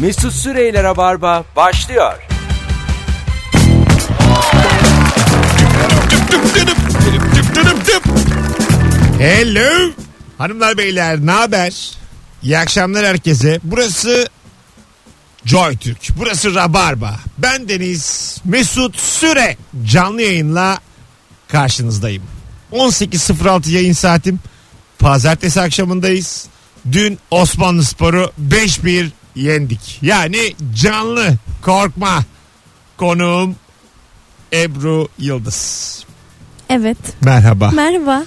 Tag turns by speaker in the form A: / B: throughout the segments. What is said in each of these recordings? A: Mesut Süreyler'e barba başlıyor.
B: Hello. Hanımlar beyler ne haber? İyi akşamlar herkese. Burası Joy Türk. Burası Rabarba. Ben Deniz Mesut Süre. Canlı yayınla karşınızdayım. 18.06 yayın saatim. Pazartesi akşamındayız. Dün Osmanlı Sporu 5-1 yendik. Yani canlı korkma. Konuğum Ebru Yıldız.
C: Evet.
B: Merhaba.
C: Merhaba.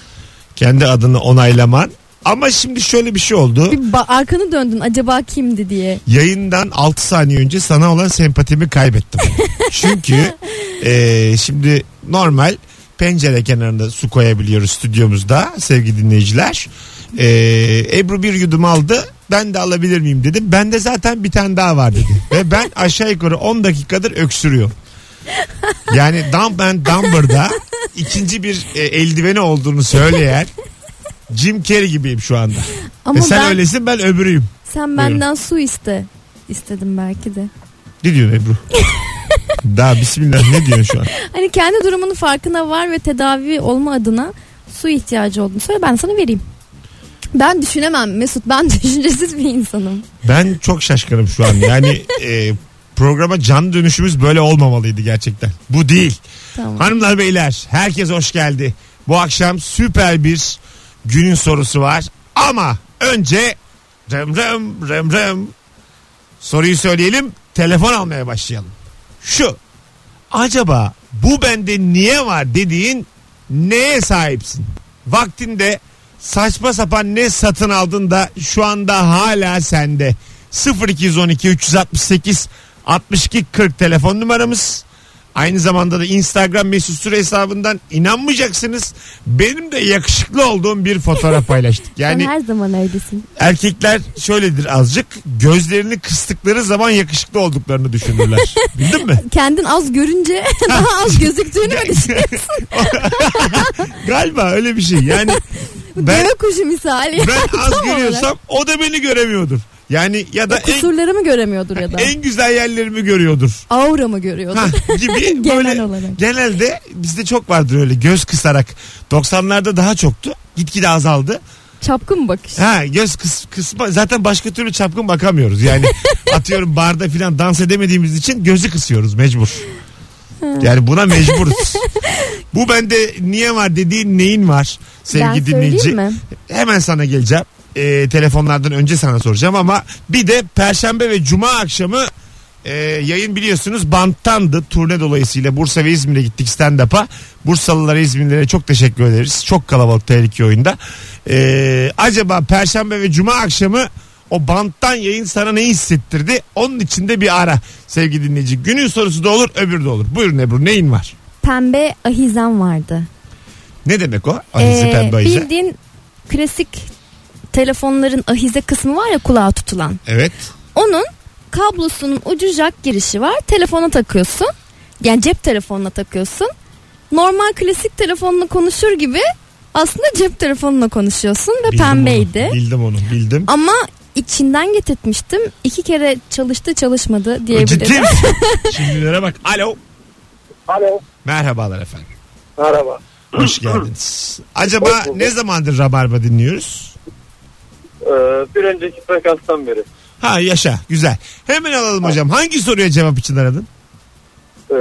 B: kendi adını onaylaman. Ama şimdi şöyle bir şey oldu.
C: Bir ba- arkanı döndün acaba kimdi diye.
B: Yayından 6 saniye önce sana olan sempatimi kaybettim. Çünkü eee, şimdi normal pencere kenarında su koyabiliyoruz stüdyomuzda sevgili dinleyiciler. Eee, Ebru bir yudum aldı. Ben de alabilir miyim dedim. Bende zaten bir tane daha var dedi. Ve ben aşağı yukarı 10 dakikadır öksürüyorum. Yani Dumb and Dumber'da ikinci bir e, eldiveni olduğunu söyleyen Jim Carrey gibiyim şu anda.
C: Ama
B: E sen
C: ben
B: öylesin ben öbürüyüm.
C: sen benden su iste. İstedim belki de.
B: Ne diyorsun Ebru? Daha bismillah ne diyorsun şu an?
C: Hani kendi durumunun farkına var ve tedavi olma adına su ihtiyacı olduğunu söyle ben sana vereyim. Ben düşünemem Mesut ben düşüncesiz bir insanım.
B: Ben çok şaşkınım şu an. Yani e, programa can dönüşümüz böyle olmamalıydı gerçekten. Bu değil.
C: Tamam.
B: Hanımlar beyler herkes hoş geldi. Bu akşam süper bir günün sorusu var. Ama önce rem rem rem rem soruyu söyleyelim telefon almaya başlayalım. Şu acaba bu bende niye var dediğin neye sahipsin? Vaktinde saçma sapan ne satın aldın da şu anda hala sende. 0212 368 62 40 telefon numaramız. Aynı zamanda da Instagram mesut süre hesabından inanmayacaksınız. Benim de yakışıklı olduğum bir fotoğraf paylaştık.
C: Sen
B: Yani
C: her zaman öylesin.
B: erkekler şöyledir azıcık gözlerini kıstıkları zaman yakışıklı olduklarını düşünürler. Bildin mi?
C: Kendin az görünce daha az gözüktüğünü mü düşün?
B: Galiba öyle bir şey. Yani ben
C: Deve kuşu misali.
B: ben az
C: Tam olarak. E,
B: görüyorsam o da beni göremiyordur. Yani ya da en,
C: Kusurlarımı göremiyordur ya da.
B: en güzel yerlerimi görüyordur.
C: Auramı görüyordur.
B: Hah, gibi
C: Genel
B: böyle
C: olarak.
B: genelde bizde çok vardır öyle göz kısarak. 90'larda daha çoktu. Gitgide azaldı.
C: Çapkın bakış.
B: Ha göz kıs, kısma zaten başka türlü çapkın bakamıyoruz. Yani atıyorum barda filan dans edemediğimiz için gözü kısıyoruz mecbur. Yani buna mecburuz. Bu bende niye var dediğin neyin var sevgili
C: ben
B: dinleyici?
C: söyleyeyim mi?
B: Hemen sana geleceğim. Ee, telefonlardan önce sana soracağım ama bir de perşembe ve cuma akşamı e, yayın biliyorsunuz banttandı. Turne dolayısıyla Bursa ve İzmir'e gittik stand-up'a. Bursalılara İzmirlilere çok teşekkür ederiz. Çok kalabalık tehlike oyunda. Ee, acaba perşembe ve cuma akşamı o banttan yayın sana ne hissettirdi? Onun için de bir ara sevgili dinleyici. Günün sorusu da olur öbürü de olur. Buyurun Ebru neyin var?
C: Pembe ahizem vardı.
B: Ne demek o? Ahize
C: Ee,
B: pembe ahize.
C: Bildiğin klasik telefonların ahize kısmı var ya kulağa tutulan.
B: Evet.
C: Onun kablosunun ucu jack girişi var. Telefona takıyorsun. Yani cep telefonuna takıyorsun. Normal klasik telefonla konuşur gibi aslında cep telefonuna konuşuyorsun ve
B: Bildim
C: pembeydi.
B: onu, bildim onu bildim.
C: Ama içinden getirtmiştim. İki kere çalıştı çalışmadı
B: Ciddi
C: diyebilirim.
B: misin? Şimdilere bak. Alo.
D: Alo.
B: Merhabalar efendim.
D: Merhaba.
B: Hoş geldiniz. Acaba
D: Hoş bulduk.
B: ne zamandır Rabarba dinliyoruz?
D: Ee, bir önceki frekanstan beri.
B: Ha yaşa güzel. Hemen alalım hocam. Hangi soruya cevap için aradın?
D: Ee,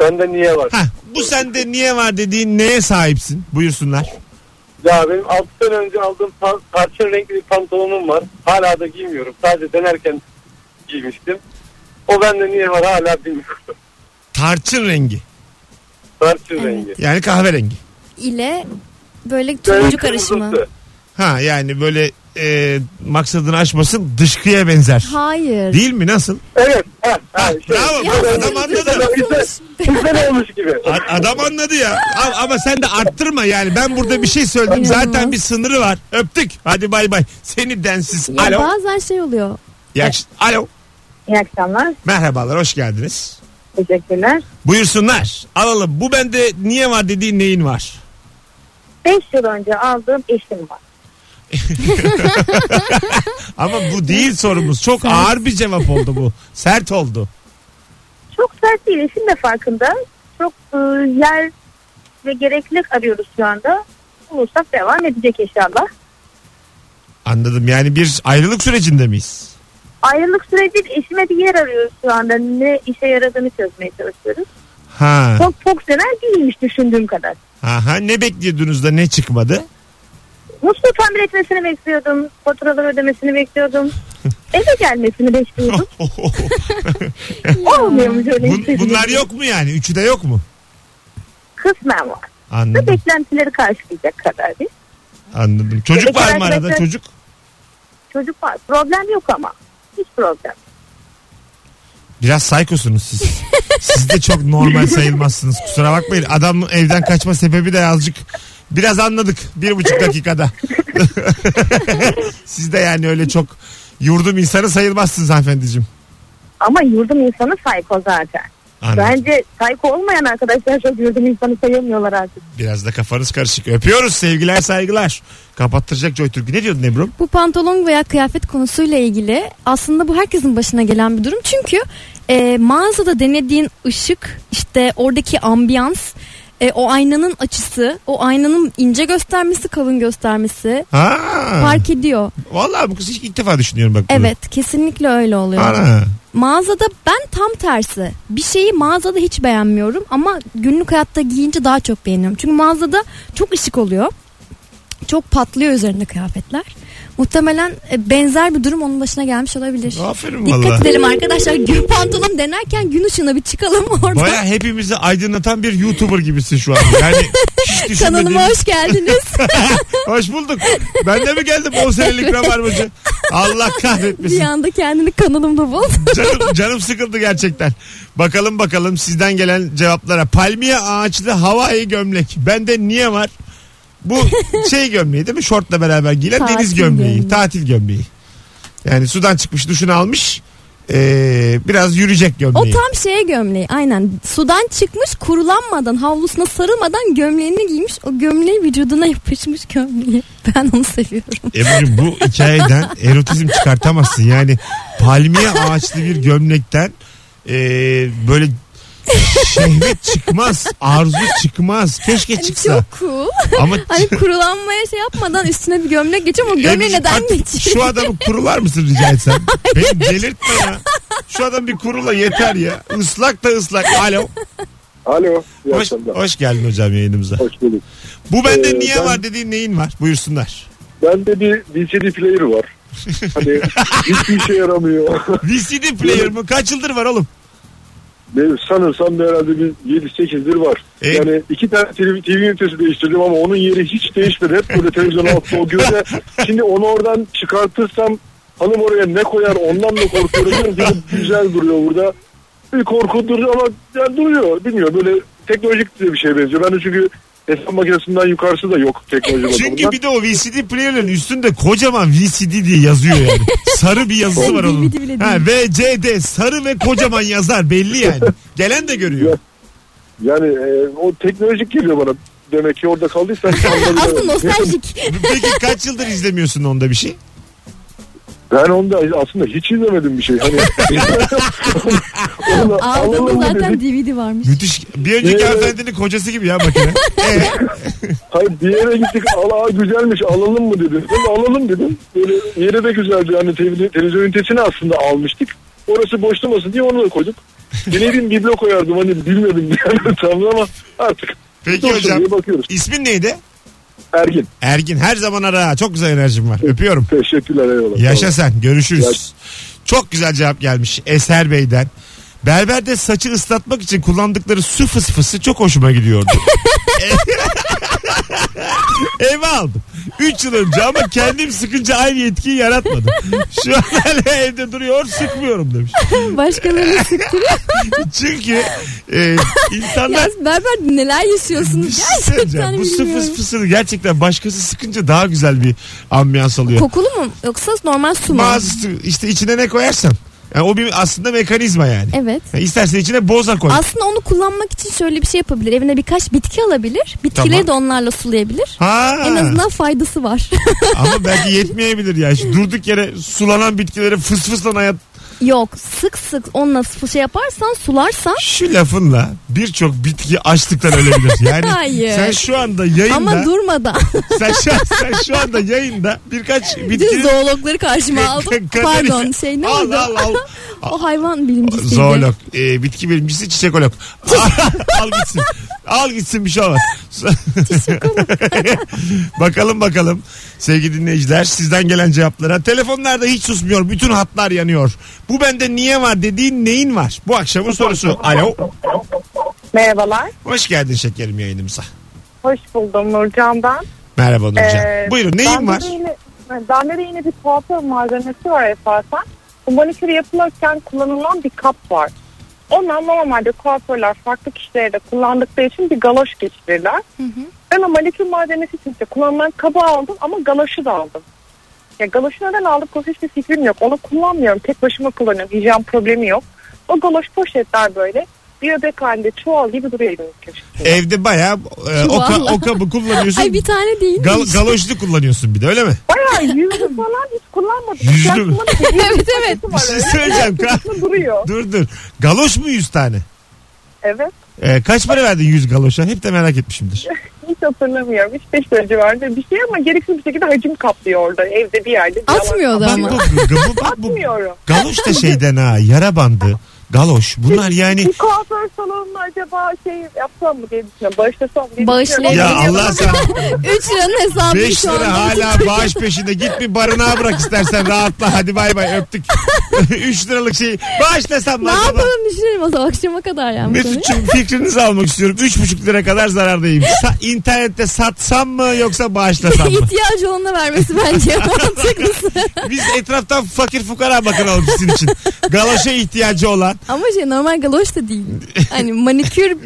D: bende niye var?
B: Ha bu sende niye var dediğin neye sahipsin? Buyursunlar.
D: Ya benim 6 sene önce aldığım pa- tarçın renkli bir pantolonum var. Hala da giymiyorum. Sadece denerken giymiştim. O bende niye var hala bilmiyorum.
B: Tarçın rengi.
D: Tarçın
C: Evet.
D: rengi.
B: Yani kahverengi.
C: ile böyle
D: Böyle
C: turuncu karışımı.
D: kırmızısı.
B: Ha yani böyle e, maksadını aşmasın dışkıya benzer.
C: Hayır.
B: Değil mi nasıl?
D: Evet. Ha, ha, şey.
B: bravo.
C: Ya,
B: Adam anladı.
D: Güzel olmuş gibi.
B: A- Adam anladı ya. A- Ama sen de arttırma yani. Ben burada bir şey söyledim.
C: İnanılmaz.
B: Zaten bir sınırı var. Öptük. Hadi bay bay. Seni densiz.
C: Ya
B: Alo.
C: bazen şey oluyor.
B: İyi akş- Alo.
E: İyi akşamlar.
B: Merhabalar. Hoş geldiniz.
E: Teşekkürler.
B: Buyursunlar. Alalım. Bu bende niye var dediğin neyin var?
E: 5 yıl önce aldığım eşim var.
B: Ama bu değil sorumuz. Çok ağır bir cevap oldu bu. Sert oldu.
E: Çok sert değil. Eşim de farkında. Çok e, yer ve gereklilik arıyoruz şu anda. Bulursak devam edecek inşallah.
B: Anladım. Yani bir ayrılık sürecinde miyiz?
E: Ayrılık süreci eşime bir yer arıyoruz şu anda. Ne işe yaradığını çözmeye çalışıyoruz.
B: Ha.
E: Çok fonksiyonel değilmiş düşündüğüm kadar.
B: Aha, ne bekliyordunuz da ne çıkmadı?
E: Musluğu tamir etmesini bekliyordum. Faturaları ödemesini bekliyordum. Eve gelmesini bekliyordum. Olmuyormuş öyle
B: Oh,
E: şey.
B: Bun-
E: istediğim
B: bunlar
E: gibi.
B: yok mu yani? Üçü de yok mu?
E: Kısmen var. Ve
B: Anladım.
E: beklentileri karşılayacak kadar değil.
B: Anladım. Çocuk
E: Peki
B: var mı arada
E: arkadaşlar-
B: çocuk?
E: Çocuk var. Problem yok ama. Hiç problem.
B: Biraz saykosunuz siz. siz de çok normal sayılmazsınız. Kusura bakmayın. Adam evden kaçma sebebi de azıcık biraz anladık. Bir buçuk dakikada. siz de yani öyle çok yurdum insanı sayılmazsınız hanımefendiciğim.
E: Ama yurdum insanı sayko zaten.
B: Anladım.
E: Bence sayko olmayan arkadaşlar çok yurdum insanı sayılmıyorlar artık.
B: Biraz da kafanız karışık. Öpüyoruz. Sevgiler saygılar. Kapattıracak Joy Türk'ü. Ne diyordun Ebru?
C: Bu pantolon veya kıyafet konusuyla ilgili aslında bu herkesin başına gelen bir durum. Çünkü e, mağazada denediğin ışık, işte oradaki ambiyans, e, o aynanın açısı, o aynanın ince göstermesi, kalın göstermesi
B: Ha.
C: fark ediyor.
B: Vallahi bu kız ilk, ilk defa düşünüyorum bak. bunu.
C: Evet, kesinlikle öyle oluyor.
B: Ana.
C: Mağazada ben tam tersi. Bir şeyi mağazada hiç beğenmiyorum ama günlük hayatta giyince daha çok beğeniyorum. Çünkü mağazada çok ışık oluyor. Çok patlıyor üzerinde kıyafetler. Muhtemelen e, benzer bir durum onun başına gelmiş olabilir.
B: Aferin
C: Dikkat
B: valla.
C: edelim arkadaşlar. Gün pantolon denerken gün ışığına bir çıkalım orada.
B: Baya hepimizi aydınlatan bir YouTuber gibisin şu an. Yani hiç düşünmediğim-
C: Kanalıma hoş geldiniz.
B: Hoş bulduk. Ben de mi geldim 10 senelik rabarbacı? Allah
C: bir
B: kahretmesin.
C: anda kendini kanalımda bul.
B: Canım, canım sıkıldı gerçekten. Bakalım bakalım sizden gelen cevaplara. Palmiye ağaçlı havai gömlek. Bende niye var? Bu şey gömleği değil mi? Şortla beraber giyilen
C: Tatil
B: deniz gömleği,
C: gömleği.
B: Tatil gömleği. Yani sudan çıkmış duşunu almış. ee, biraz yürüyecek
C: o
B: gömleği.
C: tam şeye gömleği aynen. Sudan çıkmış kurulanmadan havlusuna sarılmadan gömleğini giymiş. O gömleği vücuduna yapışmış gömleği. Ben onu seviyorum.
B: Ebru'cum E bu hikayeden erotizm çıkartamazsın. Yani palmiye ağaçlı bir gömlekten e, böyle şehvet çıkmaz. Arzu çıkmaz. Keşke
C: Yani
B: çıksa.
C: çok cool.
B: Ama
C: Hani kurulanmaya şey yapmadan üstüne bir gömlek geçiyor ama gömleği
B: Ebru'cum
C: neden
B: artık
C: geçiyor?
B: şey- Şu adamı kurular mısın rica etsem? Beni delirtme ya. Şu adam bir kurula yeter ya. Islak da ıslak. Alo.
D: Alo. iyi
B: Hoş,
D: akşamlar.
B: hoş geldin hocam yayınımıza.
D: Hoş bulduk.
B: Bu bende
D: Ee,
B: niye
D: ben-
B: var dediğin neyin var? Buyursunlar.
D: Bende bir VCD player var. Hani hiçbir işe yaramıyor.
B: VCD player mı? Kaç yıldır var oğlum?
D: Benim sanırsam da herhalde bir 7-8'dir var.
B: E-
D: Yani iki tane TV, TV ünitesi değiştirdim ama onun yeri hiç değişmedi. Hep böyle televizyon altında o göze. Şimdi onu oradan çıkartırsam hanım oraya ne koyar ondan da korkuyorum. Diyorum ki, güzel duruyor burada. Bir korkutucu ama yani duruyor. Bilmiyorum böyle teknolojik de bir şeye benziyor. Ben de çünkü hesap makinesinden yukarısı da yok teknoloji
B: Çünkü
D: bakımından.
B: bir de o VCD player'ın üstünde kocaman VCD diye yazıyor yani. Sarı bir yazısı var onun.
C: DVD bile değil.
B: Ha, VCD sarı ve kocaman yazar belli yani. Gelen de görüyor.
D: Yani e, o teknolojik geliyor bana. Demek ki orada kaldıysa.
C: Aslında nostaljik.
B: Peki kaç yıldır izlemiyorsun onda bir şey?
D: Ben onda aslında hiç izlemedim bir şey. Hani Ona
C: Aldığımda
D: alalım mı
C: zaten
D: dedik.
C: DVD varmış.
B: Müthiş. Bir önceki
D: Ee,
B: hanımefendinin kocası gibi ya makine. Ee,
D: Hayır bir yere gittik. Ala güzelmiş alalım mı dedim. Ben de alalım dedim. Böyle yere de güzeldi. Yani televiz- televizyon ünitesini aslında almıştık. Orası boşlamasın diye onu da koyduk. Dileydin biblo koyardım hani bilmiyordum yani tam ama artık
B: peki
D: dursun
B: hocam.
D: diye bakıyoruz.
B: İsmin neydi?
D: Ergin
B: Ergin. Her zaman ara. Çok güzel enerjim var. Öpüyorum.
D: teşekkürler eyvallah.
B: Yaşa sen. Görüşürüz.
D: Yaş-
B: Çok güzel cevap gelmiş Eser Bey'den. Berberde saçı ıslatmak için kullandıkları su fısfısı çok hoşuma gidiyordu. Ev aldım. 3 yıl önce ama kendim sıkınca aynı etkiyi yaratmadım. Şu an hala evde duruyor sıkmıyorum demiş.
C: Başkalarını sıktırıyor.
B: Çünkü e, insanlar
C: ya berber neler yaşıyorsunuz
B: Bir şey söyleyeceğim.
C: gerçekten
B: bu su
C: bilmiyorum.
B: fısfısını gerçekten başkası sıkınca daha güzel bir ambiyans alıyor.
C: Kokulu mu yoksa normal su mu?
B: Bazısı işte içine ne koyarsan. Yani o bir aslında mekanizma yani.
C: Evet.
B: yani istersen içine boza koy.
C: Aslında onu kullanmak için şöyle bir şey yapabilir. Evine birkaç bitki alabilir.
B: Tamam.
C: Bitkileri de onlarla sulayabilir.
B: ha.
C: En azından faydası var.
B: Ama belki yetmeyebilir ya. Şu durduk yere sulanan bitkileri fıs fısla hayat
C: Yok sık sık onunla şey yaparsan sularsan
B: şu lafınla birçok bitki açlıktan ölebilir. Yani
C: Hayır.
B: sen şu anda yayında
C: ama durmadan.
B: sen, şu, sen şu anda yayında birkaç
C: Dün
B: bitki
C: zoologları karşıma aldım. Pardon şey ne
B: al,
C: oldu?
B: al, al.
C: O hayvan bilimcisiydi.
B: Zoolog. Ee, bitki bilimcisi çiçekolog. al gitsin. Al gitsin bir şey olmaz. bakalım bakalım sevgili dinleyiciler sizden gelen cevaplara. Telefonlarda hiç susmuyor. Bütün hatlar yanıyor. Bu bende niye var dediğin neyin var? Bu akşamın sorusu. Alo.
E: Merhabalar.
B: Hoş geldin şekerim yayınımıza.
E: Hoş buldum Nurcan ben.
B: Merhaba Nurcan.
E: Ee,
B: Buyurun neyin
E: bende
B: var?
E: De yine, bende de yine bir kuaför malzemesi var esasen. Bu manikür yapılırken kullanılan bir kap var. Ondan normalde kuaförler farklı kişilere de kullandıkları için bir galoş geçirirler. Ben o manikür malzemesi için de kullanılan kabı aldım ama galoşu da aldım. Ya galoşu neden aldım? Konusu hiçbir fikrim yok. Onu kullanmıyorum. Tek başıma kullanıyorum. Hijyen problemi yok. O galoş poşetler böyle bir ödek halinde çuval gibi duruyor evimin köşesinde.
B: Evde bayağı e, o, ka- o kabı kullanıyorsun.
C: Ay bir şey- tane değil.
B: Gal- galoşlu kullanıyorsun bir de öyle mi?
E: Bayağı yüzlü falan hiç kullanmadım.
B: Yüzlü
E: Hiç
B: mü?
E: kullanmadım.
C: evet evet.
E: Bir
B: Bir şey söyleyeceğim. Ka-
E: duruyor.
B: dur dur. Galoş mu 100 tane?
E: Evet.
B: Ee, kaç para verdin 100 galoşa? Hep de merak etmişimdir.
E: Hiç hatırlamıyorum. 3-5 lira civarında bir şey ama gereksiz bir şekilde hacim kaplıyor orada. Evde bir yerde. Bir
C: Atmıyor da
B: Bak bu,
C: ama.
B: bu, bak bu
E: Atmıyorum.
B: galoş da şeyden ha yara bandı. Galoş bunlar yani
E: Bir kuaför salonuna acaba şey yapsam mı diye düşünüyorum. Bağışlasam diye
C: Bağışlayın.
E: düşünüyorum.
B: ya Allah sen
C: 3 liranın hesabı
B: 5
C: şu
B: lira
C: anda.
B: hala bağış peşinde git bir barınağa bırak istersen rahatla hadi bay bay öptük. 3 liralık şey. şeyi bağışlasam
C: Ne
B: lan sabah.
C: yapalım düşünelim o zaman akşama kadar yani. bu konuyu.
B: Mesut'cum fikrinizi almak istiyorum. 3,5 lira kadar zarardayım. Sa- internette satsam mı yoksa bağışlasam mı?
C: İhtiyacı olanına vermesi bence mantıklısı.
B: Biz etraftan fakir fukara bakın alalım sizin için. Galoşa ihtiyacı olan.
C: Ama şey normal galoş da değil. Hani manikür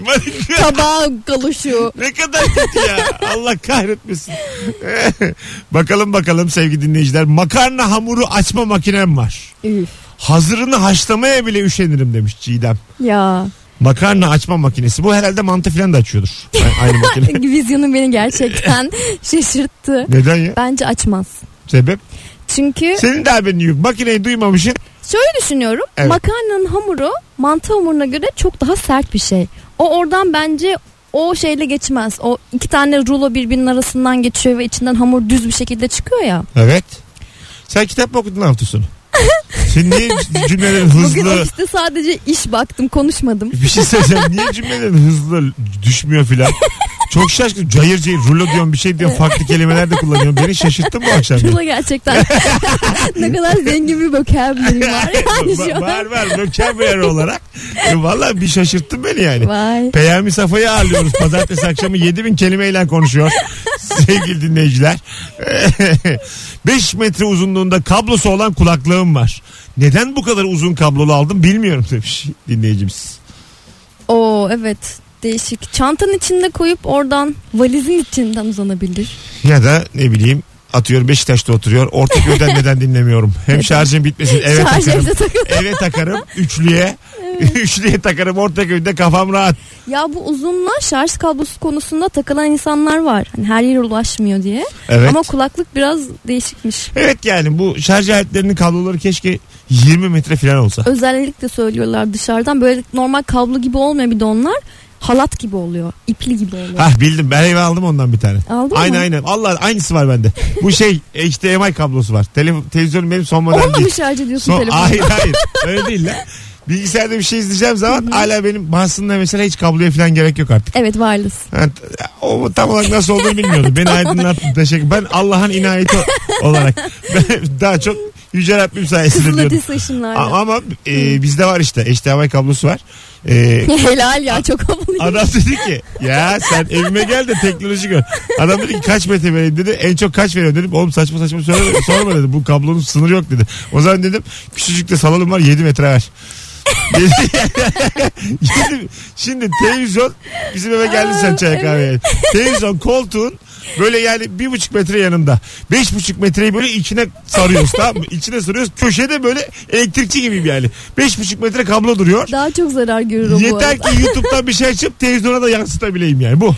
C: tabağı galoşu.
B: Ne kadar kötü ya. Allah kahretmesin. bakalım bakalım sevgili dinleyiciler. Makarna hamuru açma makinem var.
C: Üf.
B: Hazırını haşlamaya bile üşenirim demiş Çiğdem.
C: Ya
B: Makarna açma makinesi. Bu herhalde mantı falan da açıyordur. A- Aynı makine.
C: vizyonu beni gerçekten şaşırttı.
B: Neden ya?
C: Bence açmaz.
B: Sebep?
C: Çünkü
B: Senin de haberin yok. Makineyi duymamışsın.
C: şöyle düşünüyorum.
B: Evet.
C: Makarnanın hamuru mantı hamuruna göre çok daha sert bir şey. O oradan bence o şeyle geçmez. O iki tane rulo birbirinin arasından geçiyor ve içinden hamur düz bir şekilde çıkıyor ya.
B: Evet. Sen kitap mı okudun hafta sonu? Sen niye c- cümlelerin
C: Bugün
B: hızlı...
C: ofiste sadece iş baktım konuşmadım.
B: Bir şey söyleyeceğim. Niye cümlelerin hızlı düşmüyor filan? Çok şaşkın. Cayır cayır rulo diyorum bir şey diyorum. Farklı kelimeler de kullanıyorum. Beni şaşırttın bu akşam.
C: Rulo gerçekten ne kadar zengin bir vocabulary var yani şu
B: Ba-
C: an.
B: Var var. Vocabulary olarak. E, Valla bir şaşırttın beni yani.
C: Vay.
B: Peyami Safa'yı ağırlıyoruz. Pazartesi akşamı 7000 kelimeyle konuşuyor. Sevgili dinleyiciler. 5 metre uzunluğunda kablosu olan kulaklığım var. Neden bu kadar uzun kablolu aldım bilmiyorum demiş dinleyicimiz.
C: Oo evet değişik. Çantanın içinde koyup oradan valizin içinden uzanabilir.
B: Ya da ne bileyim atıyorum Beşiktaş'ta oturuyor. Ortaköy'den neden dinlemiyorum? Hem şarjım bitmesin eve
C: Şarj
B: takarım.
C: evde takılı.
B: Eve takarım üçlüye. üçlüye takarım Ortaköy'de kafam rahat.
C: Ya bu uzunluğa şarj kablosu konusunda takılan insanlar var. Hani her yere ulaşmıyor diye.
B: Evet.
C: Ama kulaklık biraz değişikmiş.
B: Evet yani bu şarj aletlerinin kabloları keşke 20 metre falan olsa.
C: Özellikle söylüyorlar dışarıdan böyle normal kablo gibi olmuyor bir de onlar. Halat gibi oluyor. ipli gibi oluyor.
B: Hah bildim ben eve aldım ondan bir tane.
C: Aldın
B: Aynı
C: mı?
B: aynı. Allah aynısı var bende. Bu şey HDMI kablosu var. Telefon televizyonum benim son model
C: Onunla mı
B: değil.
C: şarj ediyorsun
B: Son,
C: telefonu?
B: hayır hayır. Öyle değil lan. Bilgisayarda bir şey izleyeceğim zaman hala benim basında mesela hiç kabloya falan gerek yok artık.
C: Evet wireless.
B: Ha, t- O tam olarak nasıl olduğunu bilmiyordum. Beni aydınlattın. Teşekkür. Ben Allah'ın inayeti o- olarak. Ben daha çok Yüce Rabbim sayesinde
C: Kızıl
B: diyordum.
C: ötesi ışınlarla.
B: A- Ama e, bizde var işte. HDMI kablosu var. E,
C: Helal ya çok havalıyım.
B: Adam dedi ki ya sen evime gel de teknoloji gör. Adam dedi ki kaç metre vereyim dedi. En çok kaç veriyor dedim. Oğlum saçma saçma söyleme, sorma dedi. Bu kablonun sınırı yok dedi. O zaman dedim küçücük de salonum var 7 metre ver. Şimdi, şimdi televizyon bizim eve geldin sen çay kahveye. Televizyon koltuğun böyle yani bir buçuk metre yanında. Beş buçuk metreyi böyle içine sarıyoruz tamam mı? İçine sarıyoruz. Köşede böyle elektrikçi gibiyim yani. Beş buçuk metre kablo duruyor.
C: Daha çok zarar görür o bu arada.
B: Yeter ki YouTube'dan bir şey açıp televizyona da yansıtabileyim yani bu.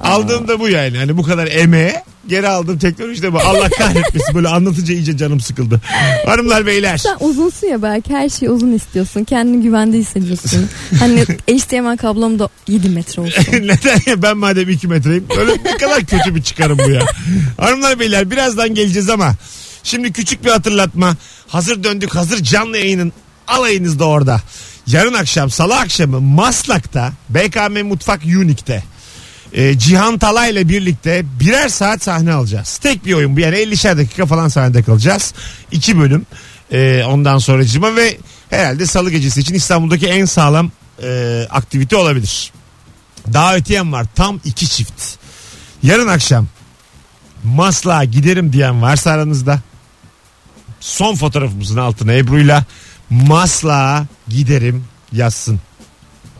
B: Aldığım da bu yani. Hani bu kadar emeğe geri aldığım teknoloji de bu. Allah kahretmesin böyle anlatınca iyice canım sıkıldı. Hanımlar beyler.
C: Sen uzunsun ya belki her şeyi uzun istiyorsun. Kendini güvende hissediyorsun. hani HDMI kablom da 7 metre olsun.
B: Neden ya ben madem 2 metreyim. Öyle ne kadar kötü bir çıkarım bu ya. Hanımlar beyler birazdan geleceğiz ama şimdi küçük bir hatırlatma. Hazır döndük hazır canlı yayının alayınız da orada. Yarın akşam salı akşamı Maslak'ta BKM Mutfak Unique'te e, Cihan Talay ile birlikte birer saat sahne alacağız. Tek bir oyun bu yani 50'şer dakika falan sahnede kalacağız. İki bölüm e, ondan sonracıma ve herhalde salı gecesi için İstanbul'daki en sağlam e, aktivite olabilir. Davetiyem var tam iki çift. Yarın akşam Maslak'a giderim diyen varsa aranızda son fotoğrafımızın altına Ebru'yla Maslak'a giderim yazsın.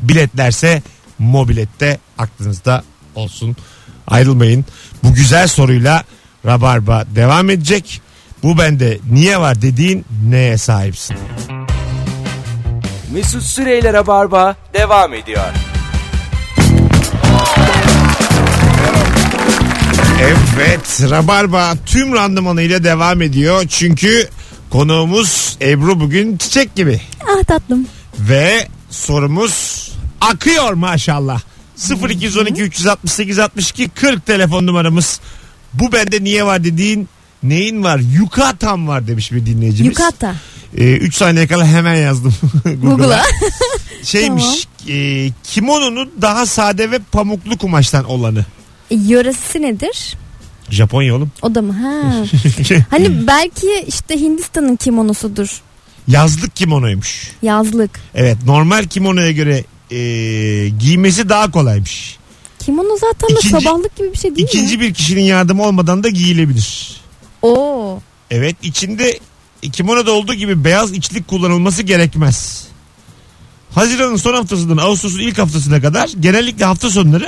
B: Biletlerse mobilette aklınızda olsun. Ayrılmayın. Bu güzel soruyla Rabarba devam edecek. Bu bende niye var dediğin neye sahipsin?
A: Mesut Süreyler'e barba devam ediyor.
B: Evet Rabarba tüm randımanıyla devam ediyor. Çünkü konuğumuz Ebru bugün çiçek gibi.
C: ah tatlım.
B: Ve sorumuz akıyor maşallah. 0212 368 62 40 telefon numaramız. Bu bende niye var dediğin neyin var? Yucatan var demiş bir dinleyicimiz.
C: Yukata.
B: 3 saniye kala hemen yazdım Google'a.
C: Google'a.
B: Şeymiş e, kimononun daha sade ve pamuklu kumaştan olanı.
C: Yöresi nedir?
B: Japonya oğlum.
C: O da mı? Ha. hani belki işte Hindistan'ın kimonosudur.
B: Yazlık kimonoymuş.
C: Yazlık.
B: Evet normal kimonoya göre e, giymesi daha kolaymış.
C: Kimono zaten
B: İkinci-
C: da sabahlık gibi bir şey değil mi?
B: İkinci bir kişinin yardımı olmadan da giyilebilir.
C: Oo.
B: Evet içinde kimonoda olduğu gibi beyaz içlik kullanılması gerekmez. Haziran'ın son haftasından Ağustos'un ilk haftasına kadar genellikle hafta sonları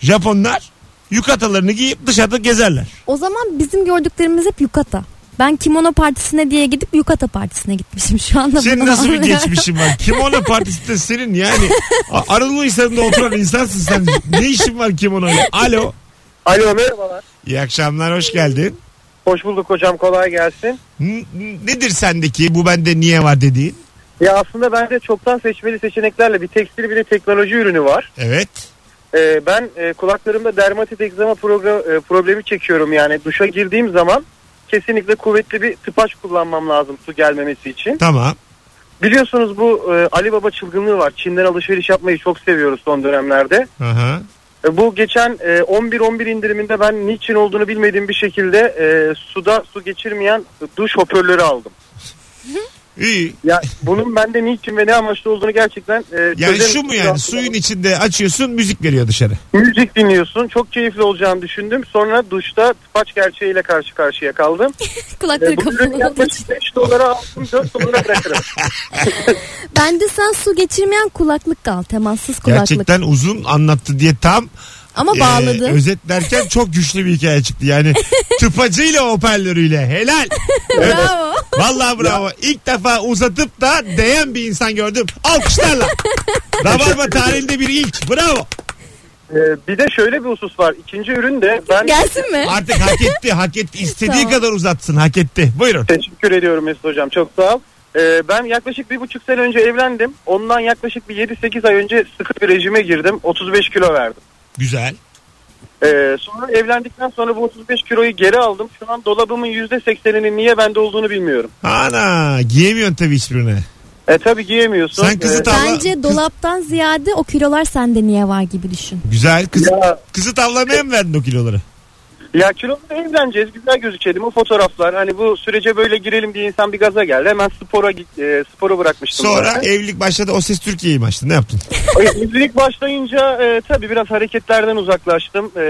B: Japonlar yukatalarını giyip dışarıda gezerler.
C: O zaman bizim gördüklerimiz hep yukata. Ben kimono partisine diye gidip yukata partisine gitmişim şu anda.
B: Senin
C: bunu
B: nasıl bir
C: anlıyorum.
B: geçmişin var? Kimono partisinde senin yani A- Anadolu insanında oturan insansın sen. Ne işin var kimonoyla? Alo.
F: Alo merhabalar.
B: İyi akşamlar hoş geldin.
F: Hoş bulduk hocam kolay gelsin.
B: N- n- nedir sendeki bu bende niye var dediğin?
F: Ya aslında bence çoktan seçmeli seçeneklerle bir tekstil bir de teknoloji ürünü var.
B: Evet.
F: Ee, ben e, kulaklarımda dermatit egzama progra- e, problemi çekiyorum yani duşa girdiğim zaman kesinlikle kuvvetli bir tıpaç kullanmam lazım su gelmemesi için.
B: Tamam.
F: Biliyorsunuz bu e, Ali Baba çılgınlığı var. Çin'den alışveriş yapmayı çok seviyoruz son dönemlerde.
B: Aha.
F: E, bu geçen e, 11-11 indiriminde ben niçin olduğunu bilmediğim bir şekilde e, suda su geçirmeyen duş hoparlörü aldım.
B: İyi.
F: Ya bunun bende niçin ve ne amaçlı olduğunu gerçekten e,
B: Yani
F: çözemiyorum.
B: şu mu yani suyun içinde açıyorsun müzik veriyor dışarı.
F: müzik dinliyorsun. Çok keyifli olacağını düşündüm. Sonra duşta tıpaç gerçeğiyle karşı karşıya kaldım.
C: Kulakları
F: E, bu ürünü
C: kapalı olduğu için.
F: yaklaşık 5 dolara aldım 4 dolara bırakırım.
C: Bence sen su geçirmeyen kulaklık al. Temassız kulaklık.
B: Gerçekten uzun anlattı diye tam
C: Ama
B: e,
C: bağladı.
B: özetlerken çok güçlü bir hikaye çıktı. Yani tıpacıyla hoparlörüyle helal. Evet.
C: Bravo.
B: Vallahi bravo. İlk defa uzatıp da değen bir insan gördüm. Alkışlarla. Rabarba tarihinde bir ilk. Bravo.
F: E, bir de şöyle bir husus var. İkinci ürün de ben
C: Gelsin mi?
B: Artık hak etti. Hak etti. İstediği
C: Tamam.
B: kadar uzatsın. Hak etti. Buyurun.
F: teşekkür ediyorum Mesut Hocam. Çok sağ ol. E, ben yaklaşık bir buçuk sene önce evlendim. Ondan yaklaşık bir 7-8 ay önce sıkı bir rejime girdim. 35 kilo verdim.
B: Güzel.
F: Ee, sonra evlendikten sonra bu 35 kiloyu geri aldım. Şu an dolabımın %80'inin niye bende olduğunu bilmiyorum.
B: Ana giyemiyorsun tabii hiçbirini.
F: E tabi giyemiyorsun.
B: Sen kızı
F: Ee,
B: ta- Tavla-
C: Bence dolaptan ziyade o kilolar sende niye var gibi düşün.
B: Güzel. Kızı,
F: Ya.
B: kızı tavlamaya mı verdin o kiloları?
F: Ya kilolu da evleneceğiz güzel gözükelim o fotoğraflar hani bu sürece böyle girelim diye insan bir gaza geldi hemen spora git- e, spora bırakmıştım.
B: Sonra
F: zaten.
B: evlilik başladı. O ses Türkiye'yi mi açtın? Ne yaptın?
F: E, Evlilik başlayınca e, tabii biraz hareketlerden uzaklaştım E,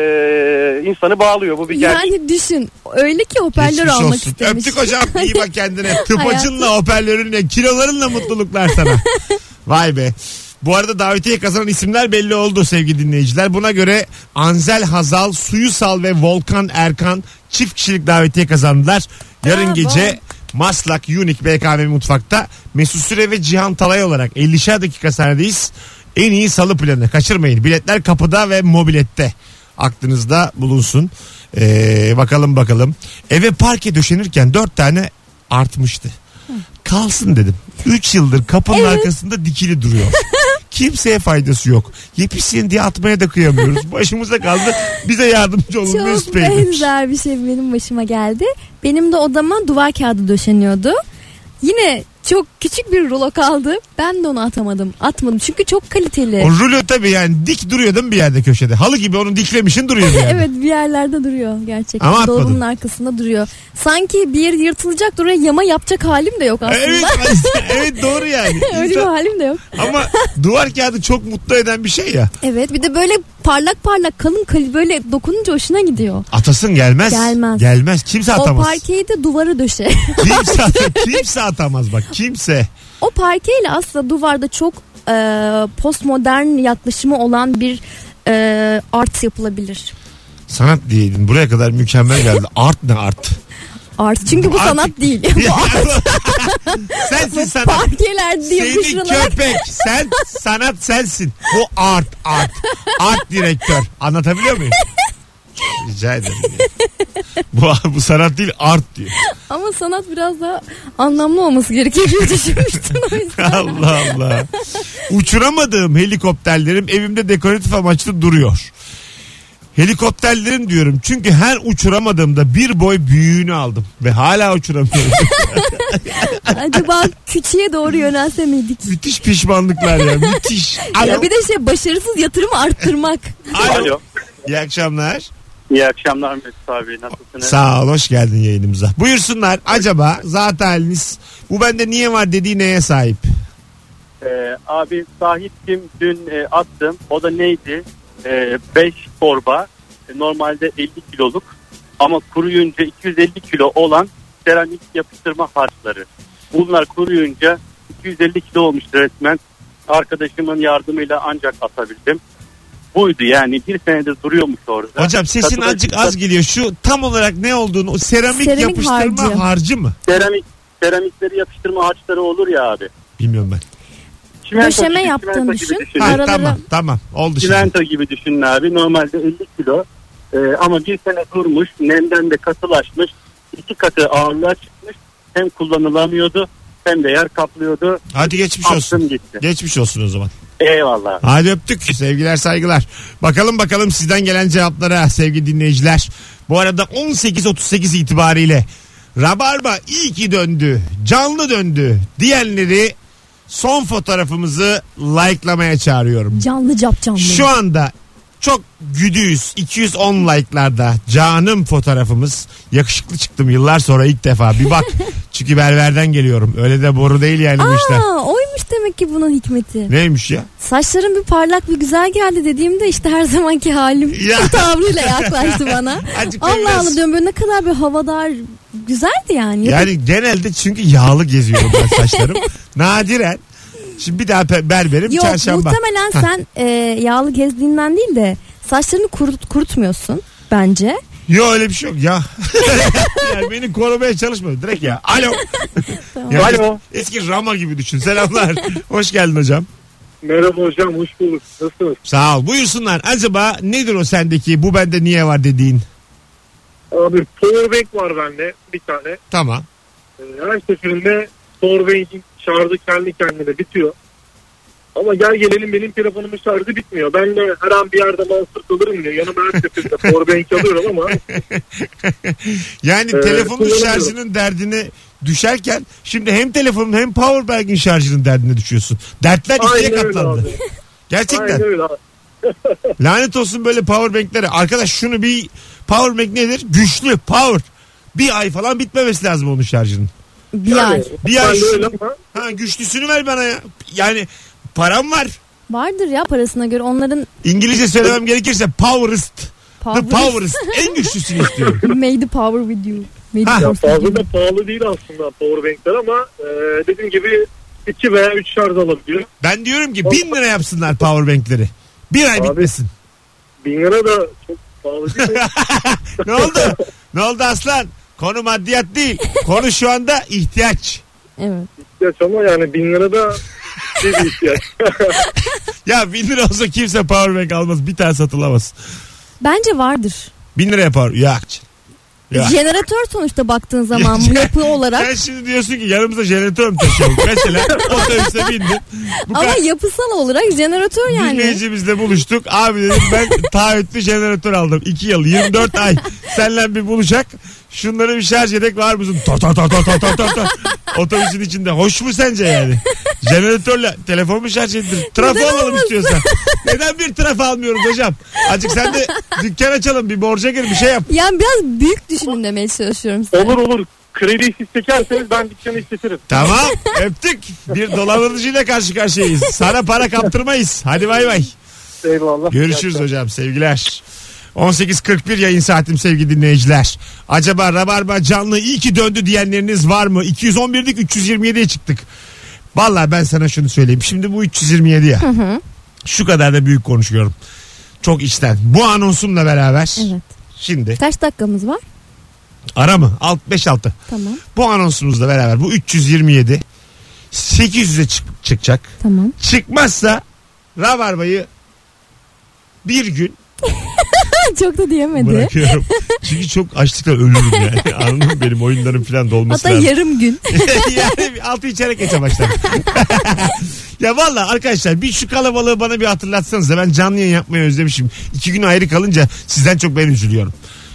F: insanı bağlıyor bu bir gerçek.
C: Yani düşün öyle ki hoparlör
B: Geçmiş
C: almak
B: olsun.
C: istemiş.
B: Öptük hocam. İyi bak kendine. Tıpacınla, hoparlörünle, kilolarınla mutluluklar sana. Vay be. Bu arada davetiye kazanan isimler belli oldu sevgili dinleyiciler. Buna göre Anzel Hazal, Suyusal ve Volkan Erkan çift kişilik davetiye kazandılar. Yarın
C: Bravo.
B: gece Maslak Unique BKM Mutfak'ta Mesut Süre ve Cihan Talay olarak 50'şer dakika sahnedeyiz. En iyi salı planı kaçırmayın. Biletler kapıda ve mobilette. Aklınızda bulunsun. Ee, bakalım bakalım. Eve parke döşenirken 4 tane artmıştı. Kalsın dedim. 3 yıldır kapının arkasında dikili duruyor. Kimseye faydası yok. Yetişsin diye atmaya da kıyamıyoruz. Başımıza kaldı. Bize yardımcı olun. Mesut
C: Çok
B: Bey demiş.
C: benzer bir şey benim başıma geldi. Benim de odama duvar kağıdı döşeniyordu. Yine çok küçük bir rulo kaldı. Ben de onu atamadım. Atmadım çünkü çok kaliteli.
B: O rulo tabii yani dik duruyor değil mi bir yerde köşede? Halı gibi onu diklemişin duruyor yani.
C: evet bir yerlerde duruyor gerçekten.
B: Ama atmadın.
C: Dolabımın arkasında duruyor. Sanki bir yeri yırtılacak duruyor. Yama yapacak halim de yok aslında.
B: Evet, evet doğru yani.
C: Öyle bir
B: İnsan-
C: halim de yok.
B: ama duvar kağıdı çok mutlu eden bir şey ya.
C: Evet bir de böyle parlak parlak kalın kalın böyle dokununca hoşuna gidiyor.
B: Atasın gelmez.
C: Gelmez.
B: Gelmez. Kimse
C: O
B: atamaz.
C: parkeyi de duvara döşe.
B: Kimse, at- kimse atamaz bak kimse.
C: o parkeyle aslında duvarda çok e, postmodern yaklaşımı olan bir e, art yapılabilir.
B: Sanat diyeydin buraya kadar mükemmel geldi. Art ne art?
C: Art çünkü bu
B: Art-
C: sanat değil.
B: Sensin sanat.
C: Parkeler diye
B: Seni
C: kışkırılarak
B: köpek. Sen sanat sensin. Bu art art. Art direktör. Anlatabiliyor muyum? Rica ederim. ya. Bu, bu sanat değil art diyor.
C: ama sanat biraz daha anlamlı olması gerekiyor diye düşünmüştüm o yüzden.
B: Allah Allah. Uçuramadığım helikopterlerim evimde dekoratif amaçlı duruyor. Helikopterlerim diyorum çünkü her uçuramadığımda bir boy büyüğünü aldım ve hala uçuramıyorum.
C: Acaba küçüğe doğru yönelse miydik?
B: müthiş pişmanlıklar ya müthiş. Alo.
C: Ya bir de şey başarısız yatırımı arttırmak.
B: Alo. İyi akşamlar.
F: İyi akşamlar Mesut abi nasılsınız?
B: Sağ ol hoş geldin yayınımıza. Buyursunlar acaba zat haliniz bu bende niye var dediği neye sahip?
F: Ee, abi sahiptim dün e, attım. O da neydi? 5 torba. E, Normalde 50 kiloluk ama kuruyunca 250 kilo olan seramik yapıştırma harçları. Bunlar kuruyunca 250 kilo olmuştu resmen. Arkadaşımın yardımıyla ancak atabildim. Buydu yani bir senedir duruyormuş orada.
B: Hocam sesin
F: Katıda-
B: azıcık az geliyor. Şu tam olarak ne olduğunu o seramik,
C: Seramik
B: yapıştırma
C: harcı.
B: harcı mı?
F: Seramik, seramikleri yapıştırma harçları olur ya abi.
B: Bilmiyorum ben.
F: Çimento
C: Döşeme
F: gibi,
C: yaptığını
F: çimento gibi
C: düşün.
F: düşünün.
B: Ha,
C: Aralara-
B: tamam tamam oldu şimdi.
F: Çimento gibi düşünün abi. Normalde 50 kilo Ee, ama bir sene durmuş. Nemden de katılaşmış. iki katı ağırlığa çıkmış. Hem kullanılamıyordu hem de yer kaplıyordu.
B: Hadi geçmiş olsun.
F: Attım gitti.
B: Geçmiş olsun o zaman.
F: Eyvallah.
B: Hadi öptük. Sevgiler saygılar. Bakalım bakalım sizden gelen cevaplara sevgili dinleyiciler. Bu arada 18.38 itibariyle Rabarba iyi ki döndü. Canlı döndü. Diyenleri son fotoğrafımızı like'lamaya çağırıyorum.
C: Canlı cap canlı.
B: Şu anda çok güdüyüz. 210 like'larda canım fotoğrafımız. Yakışıklı çıktım yıllar sonra ilk defa. Bir bak. Çünkü berberden geliyorum. Öyle de boru değil yani bu işler.
C: Aa, oymuş demek ki bunun hikmeti.
B: Neymiş ya?
C: Saçlarım bir parlak bir güzel geldi dediğimde işte her zamanki halim
B: Ya.
C: tavrıyla yaklaştı bana.
B: Azıcık
C: Allah
B: biraz-
C: Allah diyorum böyle ne kadar bir havadar güzeldi yani.
B: Yani genelde çünkü yağlı geziyorum ben saçlarım. Nadiren. Şimdi bir daha pe- berberim
C: Yok
B: çarşamba.
C: muhtemelen
B: Hah.
C: sen e, yağlı gezdiğinden değil de saçlarını kurut, kurutmuyorsun bence.
B: Yok öyle bir şey yok ya. yani beni korumaya çalışma direkt ya. Alo. Ya
F: Alo.
B: Eski Rama gibi düşün. Selamlar. Hoş geldin hocam.
D: Merhaba hocam hoş bulduk. Nasılsınız?
B: Sağ ol. Buyursunlar. Acaba nedir o sendeki bu bende niye var dediğin?
D: Abi powerbank var bende bir tane.
B: Tamam.
D: Ee, Her seferinde powerbank'in şarjı kendi kendine bitiyor. Ama gel gelelim benim telefonumun şarjı bitmiyor. Ben de her an bir yerde mahsur kalırım diye yanıma her seferinde powerbank alıyorum ama
B: Yani
D: Ee,
B: telefonun
D: kullanıyorum.
B: şarjının derdine düşerken şimdi hem telefonun hem powerbank'in şarjının derdine düşüyorsun. Dertler ikiye
D: Aynen öyle
B: katlandı.
D: abi.
B: Gerçekten.
D: Aynen öyle abi.
B: Lanet olsun böyle powerbank'lere. Arkadaş şunu bir Power Mac nedir? Güçlü power. Bir ay falan bitmemesi lazım onun şarjının.
C: Bir ay.
B: Bir
D: Ben
B: ay
D: de öyle
B: şu-
D: ama
B: ha, güçlüsünü ver bana ya. Yani param var.
C: Vardır ya parasına göre onların
B: İngilizce söylemem gerekirse powerist. The
C: power,
B: powerist. en güçlüsünü istiyorum.
C: May the power with you. May the
B: Ha.
D: ya
C: force with you.
D: fazla da pahalı değil aslında powerbankler ama e, dediğim gibi 2 veya 3 şarj alabiliyor.
B: Ben diyorum ki bin lira yapsınlar powerbankleri. Bir ay
D: Abi.
B: bitmesin.
D: 1000 lira da çok pahalı değil mi?
B: Ne oldu? ne oldu aslan? Konu maddiyat değil. Konu şu anda ihtiyaç.
C: Evet.
D: ihtiyaç ama yani 1000 lira da bir ihtiyaç.
B: Ya bin lira olsa kimse powerbank almaz. Bir tane satılamaz.
C: Bence vardır.
B: Bin lira yapar. Yok. Yok.
C: Jeneratör sonuçta baktığın zaman
B: Ya-
C: yapı olarak
B: Sen şimdi diyorsun ki yanımızda jeneratör mü taşıyalım? Mesela otobüse bindim. Bu
C: ama
B: kadar
C: yapısal olarak jeneratör yani.
B: dinleyicimizle buluştuk. Abi dedim ben taahhütlü jeneratör aldım. 2 yıl 24 ay. Seninle bir buluşak. Şunları bir şarj edek var mısın? Ta ta ta ta ta ta ta ta. Otobüsün içinde. Hoş mu sence yani? Jeneratörle telefon mu şarj edilir? Trafo
C: Neden
B: alalım
C: olmasın?
B: istiyorsan. Neden bir trafo almıyoruz hocam? Azıcık sen de dükkan açalım bir borca gir bir şey yap.
C: Yani biraz büyük düşünün demeye çalışıyorum size.
D: olur olur. Krediyi siz çekerseniz ben dükkanı işletirim.
B: Tamam öptük. Bir dolandırıcıyla karşı karşıyayız. Sana para kaptırmayız. Hadi bay bay.
D: Eyvallah.
B: Görüşürüz hocam sevgiler. 18.41 yayın saatim sevgili dinleyiciler. Acaba Rabarba canlı iyi ki döndü diyenleriniz var mı? 211'dik 327'ye çıktık. Valla ben sana şunu söyleyeyim. Şimdi bu 327 ya. Şu kadar da büyük konuşuyorum. Çok içten. Bu anonsumla beraber.
C: Evet.
B: Şimdi
C: Kaç dakikamız var?
B: ara mı? Alt 5 6.
C: Tamam.
B: Bu anonsumuzla beraber bu 327 800'e çık- çıkacak.
C: Tamam.
B: Çıkmazsa Rabarba'yı bir gün
C: Çok da diyemedi.
B: Bırakıyorum. Çünkü çok açlıkla ölürüm yani. Anladın mı? Benim oyunlarım falan dolması
C: Hatta
B: lazım.
C: yarım gün.
B: yani bir altı içerek geçe başladım. ya valla arkadaşlar bir şu kalabalığı bana bir hatırlatsanız da ben canlı yayın yapmayı özlemişim. İki gün ayrı kalınca sizden çok ben üzülüyorum.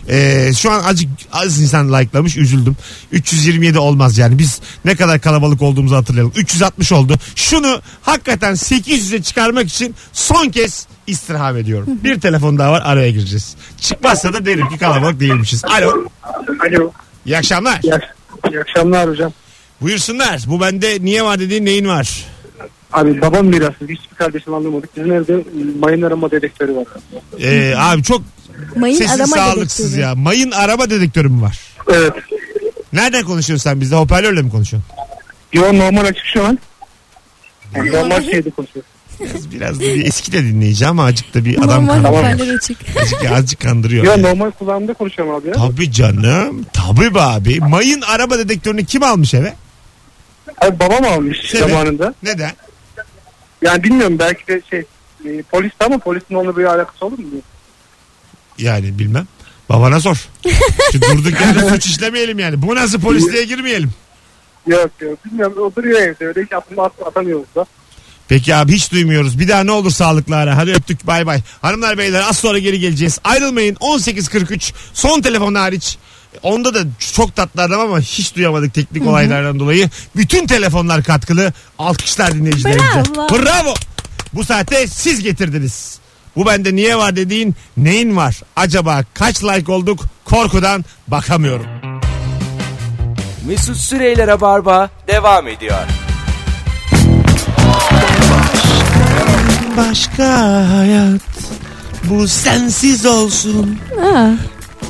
B: Ee, şu an azıcık az insan likelamış üzüldüm. 327 olmaz yani biz ne kadar kalabalık olduğumuzu hatırlayalım. 360 oldu. Şunu hakikaten 800'e çıkarmak için son kez istirham ediyorum. bir telefon daha var araya gireceğiz. Çıkmazsa da derim ki kalabalık değilmişiz. Alo
D: Alo.
B: iyi akşamlar.
D: İyi, ak- iyi akşamlar hocam.
B: Buyursunlar bu bende niye var dediğin neyin var?
D: Abi babam mirası. Hiçbir kardeşim anlamadık. Bizim evde mayın arama dedektörü var.
B: Ee, abi çok
C: Mayın
B: sesin
C: arama
B: sağlıksız
C: dedektörü.
B: ya. Mayın araba dedektörü mü var?
D: Evet.
B: Nereden konuşuyorsun sen bizde? Hoparlörle mi konuşuyorsun?
D: Yo normal açık şu an. Yani normal şeyde konuşuyor.
B: Biraz, biraz da bir eski de dinleyeceğim ama azıcık da bir adam
C: Normal
B: kandırıyor.
C: hoparlör açık.
B: Azıcık, azıcık kandırıyor.
D: Yo
B: yani.
D: normal kulağımda konuşuyorum abi ya.
B: Tabii canım. Tabii be abi. Mayın araba dedektörünü kim almış eve?
D: Abi babam almış
B: Evet.
D: zamanında.
B: Neden?
D: Yani bilmiyorum belki de şey e, polis ama polisin onunla böyle alakası olur mu?
B: Yani bilmem. Babana sor. Şu durduk yerde suç işlemeyelim yani. Bu nasıl polisliğe girmeyelim.
D: Yok yok bilmiyorum o duruyor evde öyle hiç aklıma at- atamıyoruz da.
B: Peki abi hiç duymuyoruz. Bir daha ne olur sağlıklı ara. Hadi öptük bay bay. Hanımlar beyler az sonra geri geleceğiz. Ayrılmayın 18.43 son telefon hariç. Onda da çok tatlı adam ama hiç duyamadık teknik olaylardan dolayı. Bütün telefonlar katkılı. Alkışlar dinleyicilerimize.
C: Bravo.
B: Bravo. Bu saate siz getirdiniz. Bu bende niye var dediğin neyin var? Acaba kaç like olduk? Korkudan bakamıyorum.
A: Mesut Süreyler'e barba devam ediyor.
B: Başka hayat bu sensiz olsun.
C: Ha.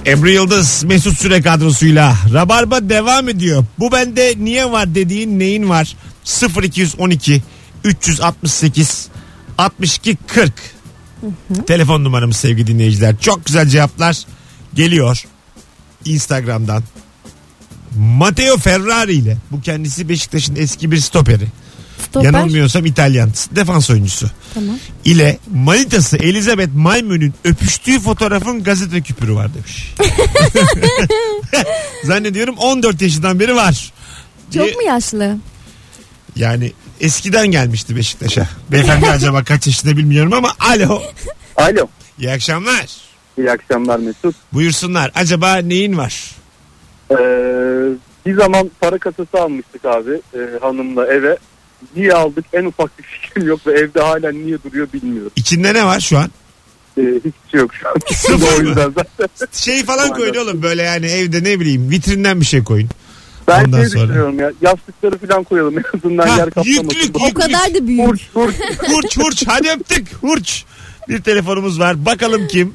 B: Ebru Yıldız Mesut Süre kadrosuyla Rabarba devam ediyor. Bu bende niye var dediğin neyin var? 0212 368 62 40 Telefon numaramız sevgili dinleyiciler. Çok güzel cevaplar geliyor Instagram'dan. Matteo Ferrari ile bu kendisi Beşiktaş'ın eski bir stoperi.
C: Stoper.
B: Yanılmıyorsam İtalyan defans oyuncusu
C: Tamam.
B: ile manitası Elizabeth Maymun'un öpüştüğü fotoğrafın gazete küpürü var demiş. Zannediyorum 14 yaşından beri var. Diye-
C: Çok mu yaşlı?
B: Yani eskiden gelmişti Beşiktaş'a. Beyefendi acaba kaç yaşında bilmiyorum ama alo.
F: Alo.
B: İyi akşamlar.
F: İyi akşamlar Mesut.
B: Buyursunlar. Acaba neyin var?
F: Ee, bir zaman para kasası almıştık abi e, hanımla eve. Niye aldık en ufak bir fikrim yok ve evde hala niye duruyor bilmiyorum.
B: İçinde ne var şu an?
D: e, hiçbir şey yok şu an.
B: Sıfır
D: o
B: mı?
D: yüzden zaten.
B: Şey falan koyun oğlum böyle yani evde ne bileyim vitrinden bir şey koyun.
D: Ben
B: Ondan
D: şey
B: sonra.
D: düşünüyorum ya. Yastıkları falan koyalım en azından
B: Ha,
D: yer kaplamasın.
B: yüklük,
C: O kadar da büyük.
D: Burç, burç.
B: Hurç hurç hadi öptük hurç. Bir telefonumuz var bakalım kim?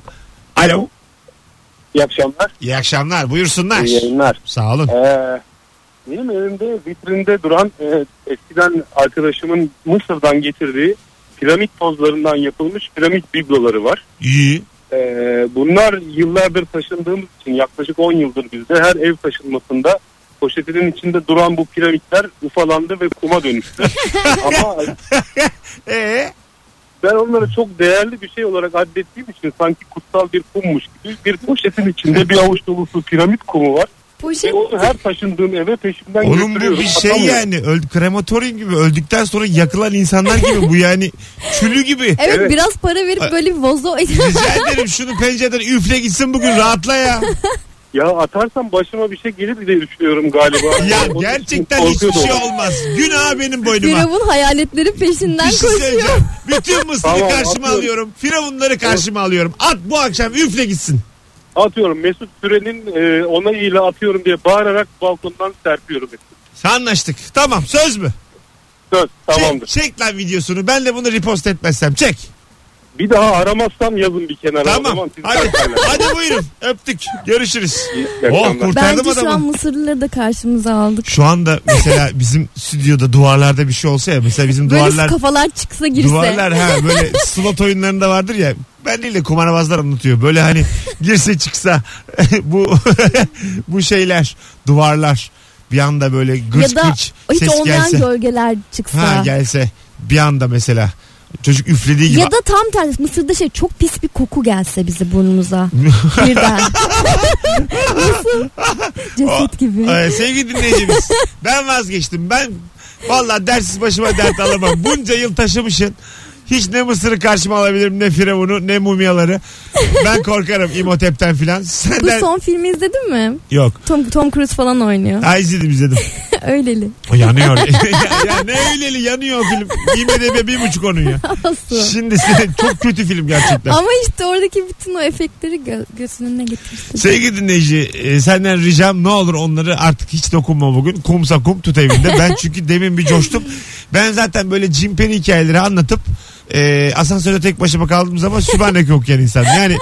B: Alo.
D: İyi akşamlar.
B: İyi akşamlar buyursunlar.
D: İyi yayınlar.
B: Sağ olun.
D: Ee, benim evimde vitrinde duran e, eskiden arkadaşımın Mısır'dan getirdiği piramit tozlarından yapılmış piramit bibloları var.
B: İyi.
D: Ee, bunlar yıllardır taşındığımız için yaklaşık 10 yıldır bizde her ev taşınmasında poşetinin içinde duran bu piramitler ufalandı ve kuma dönüştü. Ama
B: Ee,
D: ben onları çok değerli bir şey olarak adettiğim için sanki kutsal bir kummuş gibi bir poşetin içinde bir avuç dolusu piramit kumu var. Ve
C: Poşet
D: onu her taşındığım eve peşimden
B: oğlum bu
D: götürüyorum.
B: bir şey
D: Atamıyorum.
B: yani öl, krematorium gibi öldükten sonra yakılan insanlar gibi bu yani çülü gibi.
C: Evet,
D: Evet.
C: biraz para verip böyle bir bozo
B: Rica ederim şunu pencereden üfle gitsin bugün rahatla ya.
D: Ya atarsam başıma bir şey gelir diye düşünüyorum galiba.
B: Ya
D: Onun için
B: gerçekten hiçbir
D: korkuyordum.
B: şey olmaz. Günah benim boynuma.
C: Firavun hayaletlerin peşinden
B: Bir şey
C: koşuyor.
B: söyleyeceğim. Bütün mısırı
D: Tamam,
B: karşıma
D: atıyorum.
B: alıyorum. Firavunları karşıma alıyorum. At bu akşam üfle gitsin.
D: Atıyorum Mesut Süren'in e, onayıyla atıyorum diye bağırarak balkondan serpiyorum.
B: Anlaştık. Tamam söz mü? Şey,
D: Söz tamamdır.
B: Çek, çek lan videosunu. Ben de bunu repost etmezsem çek.
D: Bir daha aramazsam yazın bir kenara. O
B: Tamam.
D: zaman siz
B: Hadi,
D: kaçmayın.
B: hadi buyurun. Öptük. Görüşürüz.
D: İyi
B: Oh
D: akşamlar.
B: kurtardım
C: Bence şu
B: adamı.
C: an Mısırlıları da karşımıza aldık.
B: Şu anda mesela bizim stüdyoda duvarlarda bir şey olsa ya mesela bizim
C: Böyle
B: duvarlar
C: kafalar çıksa girse.
B: duvarlar ha böyle slot oyunlarında vardır ya ben değil de kumarbazlar anlatıyor. Böyle hani girse çıksa bu bu şeyler duvarlar bir anda böyle gırç
C: ya da
B: gırç
C: hiç
B: ses
C: olmayan
B: gelse.
C: gölgeler çıksa.
B: Ha gelse bir anda mesela çocuk üflediği gibi
C: Ya da tam tersi Mısır'da şey çok pis bir koku gelse bize burnumuza. Birden. Nasıl? Ceset gibi.
B: Ee, sevgili dinleyicimiz ben vazgeçtim. Ben valla dersiz başıma dert alamam. Bunca yıl taşımışsın. Hiç ne mısırı karşıma alabilirim ne firavunu ne mumyaları. Ben korkarım imotepten filan.
C: Bu
B: Senden...
C: son filmi izledin mi?
B: Yok.
C: Tom, Tom Cruise falan oynuyor.
B: Ay izledim izledim.
C: Öyleli.
B: O yanıyor. ya, ya ne öyleli yanıyor o film. IMDB bir buçuk onun ya.
C: Nasıl?
B: Şimdi size- çok kötü film gerçekten.
C: Ama işte oradaki bütün o efektleri gö- gözünün önüne getirsin.
B: Sevgili dinleyici e, senden ricam ne olur onları artık hiç dokunma bugün. Kumsa kum tut evinde. Ben çünkü demin bir coştum. Ben zaten böyle cimperi hikayeleri anlatıp e, asansörde tek başıma kaldığım zaman sübhaneke okuyan insan. Yani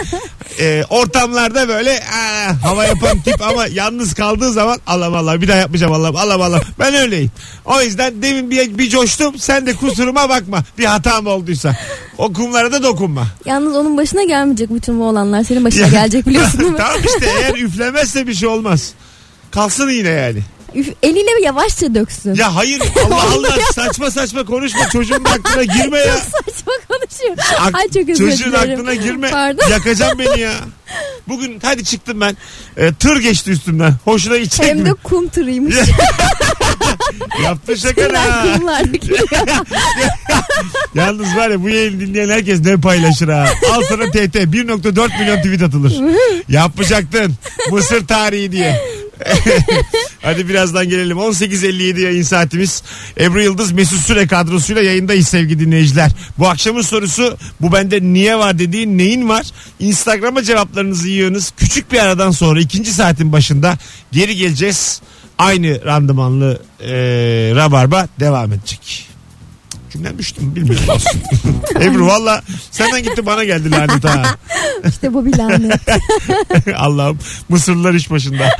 B: e, ortamlarda böyle "Aa," hava yapan tip ama yalnız kaldığı zaman Allah Allah bir daha yapmayacağım Allah'ım Allah Allah. Ben öyleyim. O yüzden demin bir, bir coştum. Sen de kusuruma bakma. Bir hatam olduysa. O kumlara da dokunma.
C: Yalnız onun başına gelmeyecek bütün bu olanlar. Senin başına
B: Ya.
C: gelecek biliyorsun değil mi?
B: tamam işte eğer üflemezse bir şey olmaz. Kalsın yine yani.
C: Üf, eliyle yavaşça döksün.
B: Ya hayır Allah Allah saçma saçma konuşma çocuğun da aklına girme ya.
C: Saçma konuşuyor.
B: Ak-
C: Ay çok özür
B: çocuğun
C: dilerim.
B: aklına girme.
C: Pardon.
B: Yakacaksın beni ya. Bugün hadi çıktım ben. Ee, tır geçti üstümden. Hoşuna gidecek
C: Hem
B: mi?
C: de kum tırıymış.
B: Yaptın şaka ha.
C: Tırlar kumlar geliyor.
B: Yalnız var ya bu yayını dinleyen herkes ne paylaşır ha. Al sana TT 1.4 milyon tweet atılır. Yapmayacaktın. Mısır tarihi diye. Hadi birazdan gelelim. 18.57 yayın saatimiz. Ebru Yıldız Mesut Süre kadrosuyla yayındayız sevgili dinleyiciler. Bu akşamın sorusu bu bende niye var dediği neyin var? Instagram'a cevaplarınızı yığınız. Küçük bir aradan sonra ikinci saatin başında geri geleceğiz. Aynı randımanlı eee, rabarba devam edecek. Cümlem düştü mü bilmiyorum. olsun. Ebru valla senden gitti bana geldi lanet ha.
C: işte bu bilenler.
B: Allah'ım Mısırlılar iş başında.